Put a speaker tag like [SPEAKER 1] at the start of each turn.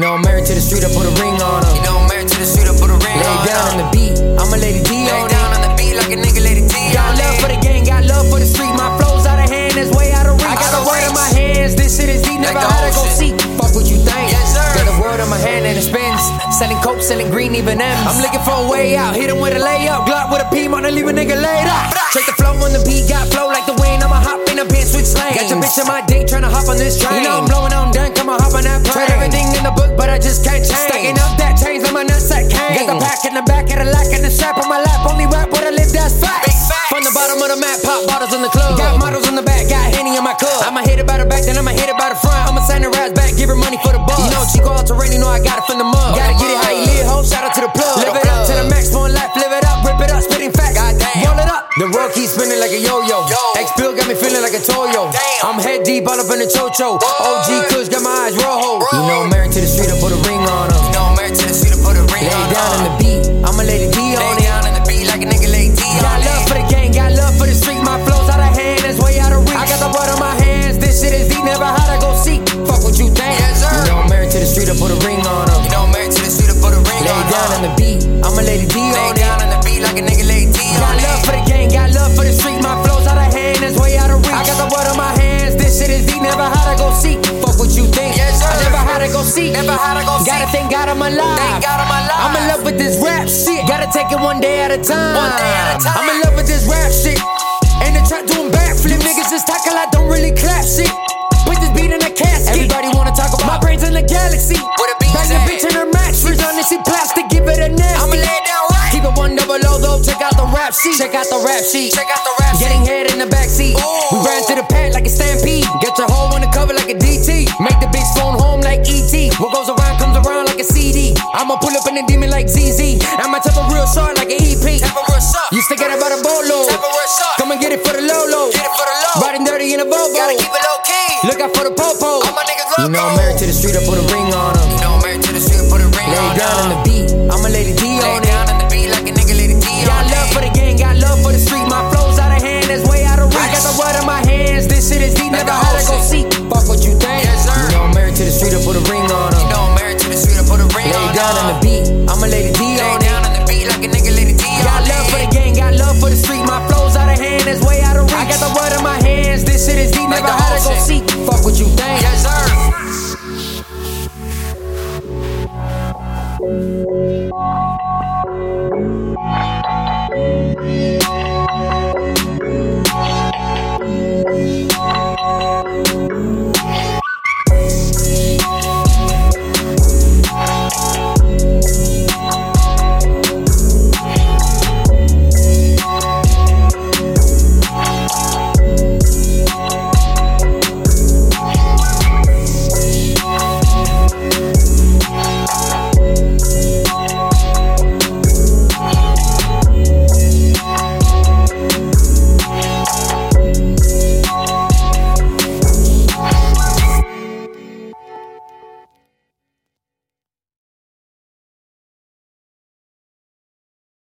[SPEAKER 1] know I'm married to the street, I put a ring on her.
[SPEAKER 2] You know I'm married to the street, I put a ring
[SPEAKER 1] Lay
[SPEAKER 2] on
[SPEAKER 1] down on the
[SPEAKER 2] her.
[SPEAKER 1] beat, I'm a lady D
[SPEAKER 2] Lay
[SPEAKER 1] on it.
[SPEAKER 2] down on the beat like a nigga, Lady T.
[SPEAKER 1] Got love for the gang, got love for the street. My flow's out of hand, that's way out of reach. I got a word in my hands, this shit is deep. Never
[SPEAKER 2] Like the
[SPEAKER 1] had to go
[SPEAKER 2] ocean.
[SPEAKER 1] seek. Fuck what you think.
[SPEAKER 2] Yes, sir.
[SPEAKER 1] Got a word in my hand and it spins. Selling coke, selling green, even M's. I'm looking for a way out, hit him with a layup. Glock with a P, on leave a nigga laid up. Check the flow on the beat, got flow like the wind. I'ma hop in a bin, switch lanes. Got your bitch in my dick, tryna hop on this train. You know I'm blowing on done, come on, hop on that plane. Tried everything in the book, but I just can't change. Stacking up that change, like my nutsack came. Got the pack in the back, had a lack in the strap on my lap. Only rap what I live, that's fact.
[SPEAKER 2] Big facts.
[SPEAKER 1] From the bottom of the map, pop bottles in the club. Got models in the back, got Henny in my cup. I'ma hit it by the back, then I'ma hit it by the front. I'ma sign the rides back, give her money for the bus. You know, Chico Alterini, know I got it from the mug. Gotta get it how you live, ho, shout out to the plug. Live it up to the max, one life, live it up, rip it up, spitting facts. Goddamn. Roll it up. The world keeps spinning like a yo-yo.
[SPEAKER 2] Yo.
[SPEAKER 1] X-Bill got me feeling like a Toyo.
[SPEAKER 2] Damn.
[SPEAKER 1] I'm head deep all up in the chocho. OG Kush got my eyes rojo. You know I'm married to the street, I put a ring on her.
[SPEAKER 2] You know I'm married to the street, I put a ring
[SPEAKER 1] Lay
[SPEAKER 2] on
[SPEAKER 1] down
[SPEAKER 2] her.
[SPEAKER 1] on the beat, I'm a lady D on
[SPEAKER 2] Lay
[SPEAKER 1] it.
[SPEAKER 2] down on the beat like a nigga, Lady T.
[SPEAKER 1] Got love for the gang, got love for the street. My flow's out of hand, that's way out of reach. I got the blood on my hands, this shit is deep, never had to go seek. Fuck what you think.
[SPEAKER 2] Yes, sir.
[SPEAKER 1] You know I'm married to the street, I put a ring on her.
[SPEAKER 2] You know I'm married to the street, I put a ring
[SPEAKER 1] Lay
[SPEAKER 2] on
[SPEAKER 1] down
[SPEAKER 2] her.
[SPEAKER 1] on the beat, I'm a lady D
[SPEAKER 2] Lay
[SPEAKER 1] on it.
[SPEAKER 2] down on the beat like a nigga, Lady T.
[SPEAKER 1] Got love for the gang, got love for the street. My flow's out of hand, that's way out of reach. I got the blood on my hands, this shit is deep, never had to go seek. Fuck what you think.
[SPEAKER 2] Yes, sir.
[SPEAKER 1] I never had to go seek.
[SPEAKER 2] Never had to go seek.
[SPEAKER 1] Gotta thank God I'm alive.
[SPEAKER 2] Thank God I'm alive.
[SPEAKER 1] I'm in love with this rap shit. Gotta take it one day at a time.
[SPEAKER 2] One day at a time.
[SPEAKER 1] I'm in love with this rap shit. And the trap doing backflip. Niggas just talk a lot, don't really clap shit. Put this beat in a casket. Everybody wanna talk about my brains in the galaxy.
[SPEAKER 2] Where the beats
[SPEAKER 1] Bang the
[SPEAKER 2] at?
[SPEAKER 1] bitch in her mattress. Honestly, plastic, give it a nasty.
[SPEAKER 2] I'ma lay it down right.
[SPEAKER 1] Keep it one double O though. Check out the rap sheet. Check out the rap sheet.
[SPEAKER 2] Check out the rap
[SPEAKER 1] Getting head in the backseat.
[SPEAKER 2] Ooh.
[SPEAKER 1] We ran to the pad like a stampede. Got your hoe on the cover like a DT. Make the bitch phone home like ET. What goes around comes around like a CD. I'ma pull up in the demon like ZZ. I'ma tap a E real short like an EP.
[SPEAKER 2] Tap a real suck.
[SPEAKER 1] You stick it about a bolo.
[SPEAKER 2] Tap a real suck.
[SPEAKER 1] Come and get it for the Lolo.
[SPEAKER 2] Get it for the low.
[SPEAKER 1] Riding dirty in a Volvo.
[SPEAKER 2] Gotta keep it low key.
[SPEAKER 1] Look out for the popo.
[SPEAKER 2] All my niggas love
[SPEAKER 1] You know
[SPEAKER 2] gold.
[SPEAKER 1] I'm married to the street, I put a ring